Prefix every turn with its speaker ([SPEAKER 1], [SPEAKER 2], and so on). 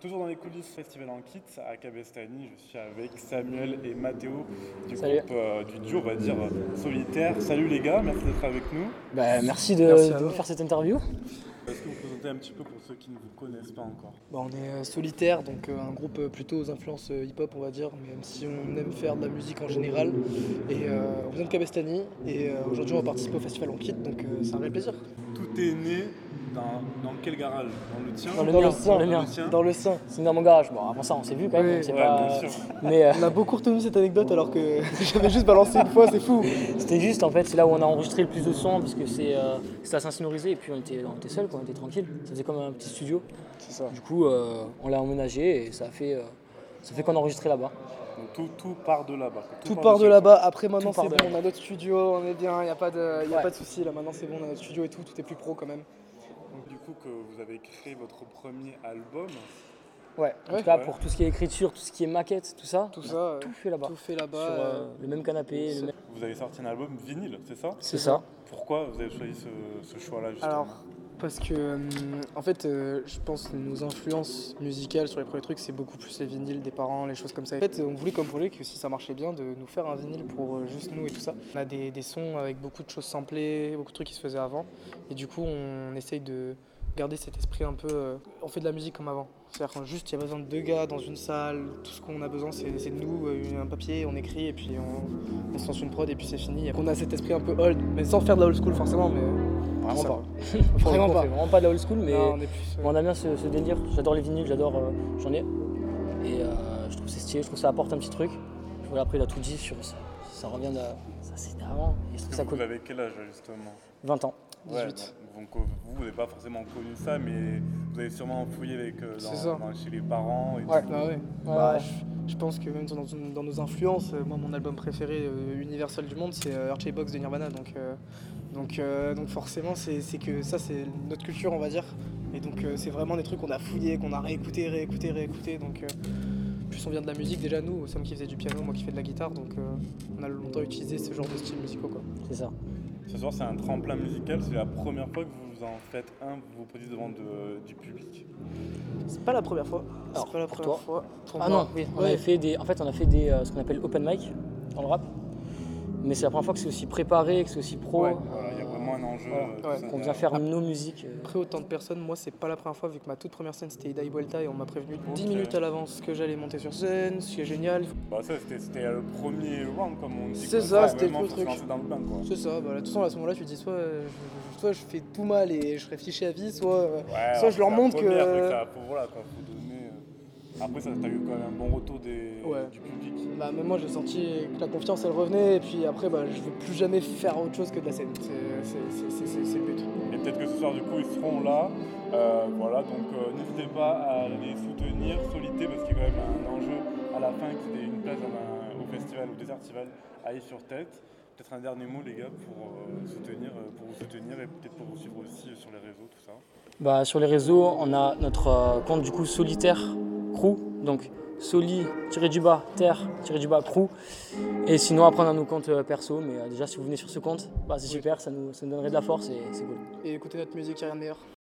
[SPEAKER 1] Toujours dans les coulisses Festival en Kit à Cabestany, je suis avec Samuel et Mathéo du
[SPEAKER 2] Salut.
[SPEAKER 1] groupe euh, du duo, on va dire euh, solitaire. Salut les gars, merci d'être avec nous.
[SPEAKER 2] Bah, merci de,
[SPEAKER 3] Merci à
[SPEAKER 2] de
[SPEAKER 3] vous.
[SPEAKER 2] nous faire cette interview.
[SPEAKER 1] Est-ce que vous présentez un petit peu pour ceux qui ne vous connaissent pas encore
[SPEAKER 3] Bah, on est euh, solitaire, donc euh, un groupe euh, plutôt aux influences euh, hip-hop, on va dire, même si on aime faire de la musique en général. Et euh, on vient de Cabestany, et euh, aujourd'hui on va participer au festival On Quitte, donc euh, c'est un réel plaisir.
[SPEAKER 1] Tout est né dans, dans quel garage Dans le tien
[SPEAKER 2] Dans le
[SPEAKER 1] Dans
[SPEAKER 2] mien,
[SPEAKER 1] le
[SPEAKER 2] dans le mien.
[SPEAKER 1] tien
[SPEAKER 3] Dans le sein.
[SPEAKER 2] C'est dans mon garage. Bon, avant ça, on s'est vu quand même.
[SPEAKER 3] Oui.
[SPEAKER 2] donc c'est
[SPEAKER 1] Ouais,
[SPEAKER 2] pas-
[SPEAKER 1] bien sûr.
[SPEAKER 2] Mais euh,
[SPEAKER 3] On a beaucoup retenu cette anecdote alors que j'avais juste balancé une fois, c'est fou.
[SPEAKER 2] c'était juste, en fait, c'est là où on a enregistré le plus de sons, parce que c'est, euh, c'était à Saint-Sonorisé, et puis on était, on était seuls, quoi, on était tranquille. Ça faisait comme un petit studio.
[SPEAKER 3] C'est ça.
[SPEAKER 2] Du coup, euh, on l'a emménagé, et ça a fait, euh, ça fait qu'on a enregistré là-bas.
[SPEAKER 1] Donc tout, tout part de là-bas.
[SPEAKER 3] Tout part de là-bas, après maintenant
[SPEAKER 2] Tout part
[SPEAKER 3] c'est bon,
[SPEAKER 2] de
[SPEAKER 3] on a notre studio, on est bien, il n'y a pas de, y a
[SPEAKER 2] Ouais.
[SPEAKER 3] pas de soucis, là maintenant c'est bon, on a notre studio et tout, tout est plus pro quand même.
[SPEAKER 1] Du coup que vous avez créé votre premier album.
[SPEAKER 2] Ouais. En
[SPEAKER 3] Ouais.
[SPEAKER 2] tout cas,
[SPEAKER 1] Ouais.
[SPEAKER 2] pour tout ce qui est écriture, tout ce qui est maquette, tout ça,
[SPEAKER 3] Tout ça, euh,
[SPEAKER 2] tout fait là-bas.
[SPEAKER 3] tout
[SPEAKER 2] Sur
[SPEAKER 3] fait là-bas.
[SPEAKER 2] euh,
[SPEAKER 3] euh,
[SPEAKER 2] le même canapé. le
[SPEAKER 3] c'est-
[SPEAKER 2] même-
[SPEAKER 1] Vous avez sorti un album vinyle, c'est ça
[SPEAKER 2] C'est ça.
[SPEAKER 1] Pourquoi vous avez choisi ce, ce choix-là justement
[SPEAKER 3] Alors, parce que, euh, en fait, euh, je pense que nos influences musicales sur les premiers trucs, c'est beaucoup plus les vinyles des parents, les choses comme ça. En fait, on voulait comme projet que si ça marchait bien, de nous faire un vinyle pour euh, juste nous et tout ça. On a des, des sons avec beaucoup de choses samplées, beaucoup de trucs qui se faisaient avant. Et du coup, on essaye de garder cet esprit un peu... euh, on fait de la musique comme avant. C'est-à-dire qu'en juste, il y a besoin de deux gars dans une salle. Tout ce qu'on a besoin, c'est c'est de nous, euh, un papier, on écrit, et puis on, on se lance une prod, et puis c'est fini. On a cet esprit un peu old, mais sans faire de la old school forcément, mais...
[SPEAKER 2] Vraiment
[SPEAKER 3] ça.
[SPEAKER 2] pas. Pour le
[SPEAKER 3] Vraiment
[SPEAKER 2] coup, on
[SPEAKER 3] pas.
[SPEAKER 2] fait Vraiment pas de la old school, mais.
[SPEAKER 3] Non, on est plus, euh,
[SPEAKER 2] Bon, on a bien ce, ce délire, j'adore les vinyles, j'adore, euh, j'en ai. Et euh, je trouve c'est stylé, je trouve que ça apporte un petit truc. Je vois après il a tout dit sur ça. Ça revient de. Ça c'était avant. Et je trouve ça
[SPEAKER 1] Vous
[SPEAKER 2] cool.
[SPEAKER 1] avez quel âge justement
[SPEAKER 2] 20 ans.
[SPEAKER 3] 18.
[SPEAKER 1] Ouais, donc, donc, vous, vous n'avez pas forcément connu ça, mais vous avez sûrement fouillé avec, euh,
[SPEAKER 3] C'est
[SPEAKER 1] dans,
[SPEAKER 3] ça.
[SPEAKER 1] dans- chez les parents. Et
[SPEAKER 2] Ouais.
[SPEAKER 1] tout.
[SPEAKER 3] Ah ouais.
[SPEAKER 2] Ouais,
[SPEAKER 3] Bah,
[SPEAKER 2] ouais.
[SPEAKER 3] Je, je pense que même dans, dans nos influences, euh, moi mon album préféré euh, universel du monde c'est euh, Archie Box de Nirvana donc, euh, donc, euh, donc forcément c'est c'est que ça c'est notre culture on va dire et donc euh, c'est vraiment des trucs qu'on a fouillé, qu'on a réécouté, réécouté, réécouté donc euh, plus on vient de la musique déjà nous, Sam qui faisait du piano, moi qui fais de la guitare donc euh, on a longtemps utilisé ce genre de style musicaux quoi.
[SPEAKER 2] C'est ça.
[SPEAKER 1] Ce soir, c'est un tremplin musical. C'est la première fois que vous en faites un, vous vous produisez devant de- du public.
[SPEAKER 3] C'est pas la première fois,
[SPEAKER 2] Alors,
[SPEAKER 3] c'est pas la
[SPEAKER 2] pour
[SPEAKER 3] première
[SPEAKER 2] toi.
[SPEAKER 3] fois. Pour
[SPEAKER 2] Ah
[SPEAKER 3] moi.
[SPEAKER 2] non, oui, on
[SPEAKER 3] Ouais.
[SPEAKER 2] avait fait des. En fait on a fait des euh, ce qu'on appelle open mic dans le rap. Mais c'est la première fois que c'est aussi préparé, que c'est aussi pro.
[SPEAKER 3] Ouais.
[SPEAKER 1] Voilà, Il y a vraiment un enjeu.
[SPEAKER 2] Voilà.
[SPEAKER 1] euh,
[SPEAKER 3] Ouais.
[SPEAKER 1] tout ça
[SPEAKER 2] Qu'on vient
[SPEAKER 1] derrière.
[SPEAKER 2] faire nos musiques. euh,
[SPEAKER 3] Après autant de personnes, moi c'est pas la première fois vu que ma toute première scène c'était Ida y Vuelta et on m'a prévenu 10
[SPEAKER 1] Ok.
[SPEAKER 3] minutes à l'avance que j'allais monter sur scène, ce qui est génial.
[SPEAKER 1] Bah, ça, c'était- c'était le premier round, comme on dit.
[SPEAKER 3] C'est
[SPEAKER 1] quoi.
[SPEAKER 3] ça,
[SPEAKER 1] Ouais,
[SPEAKER 3] c'était le
[SPEAKER 1] vraiment, faut
[SPEAKER 3] gros
[SPEAKER 1] se
[SPEAKER 3] truc.
[SPEAKER 1] lancer dans le bain, quoi.
[SPEAKER 3] C'est ça, voilà. De toute façon à ce moment-là tu te dis soit euh, je, je- soit je fais tout mal et je serai fiché à vie, soit euh,
[SPEAKER 1] Ouais,
[SPEAKER 3] Soit je
[SPEAKER 1] c'est
[SPEAKER 3] leur
[SPEAKER 1] la
[SPEAKER 3] montre que-
[SPEAKER 1] première, donc ça, faut- voilà, quoi, faut donner, euh. Après, ça, t'as eu quand même un bon retour des,
[SPEAKER 3] Ouais.
[SPEAKER 1] du public.
[SPEAKER 3] bah même moi j'ai senti que la confiance elle revenait et puis après bah je veux plus jamais faire autre chose que de la scène. C'est- c'est- c'est- c'est- C'est c'est le but.
[SPEAKER 1] Et peut-être que ce soir, du coup, ils seront là. Euh, voilà, donc euh, n'hésitez pas à les soutenir, solité, parce qu'il y a quand même un enjeu à la fin qui est une place dans un- au festival, au désertival, à y sur tête. Peut-être un dernier mot, les gars, pour, euh, soutenir, euh, pour vous soutenir et peut-être pour vous suivre aussi euh, sur les réseaux, tout ça.
[SPEAKER 2] Bah, sur les réseaux, on a notre euh, compte du coup solitaire crew, donc soli du bas terre du bas crew. Et sinon après on a nos comptes euh, perso, mais euh, déjà si vous venez sur ce compte, bah, c'est
[SPEAKER 3] Oui.
[SPEAKER 2] super, ça nous, ça nous donnerait de la force et c'est cool.
[SPEAKER 3] Et écouter notre musique, y a rien de meilleur.